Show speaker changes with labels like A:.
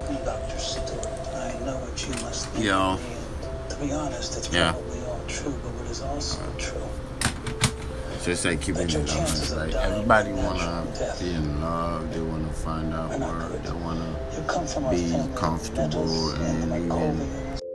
A: Mr. Stewart, I know what you must think.
B: Yeah.
A: of me, and To be honest, it's
B: Yeah.
A: probably all true, but what is also true
B: Just say keeping
A: But your
B: it on
A: chances of
B: right?
A: dying
B: Everybody
A: by
B: wanna
A: natural death
B: be in love. They wanna find out
A: are not
B: where
A: good.
B: they wanna.
A: You come from a
B: Be
A: family of
B: comfortable
A: metals and the
B: and even
A: microbials.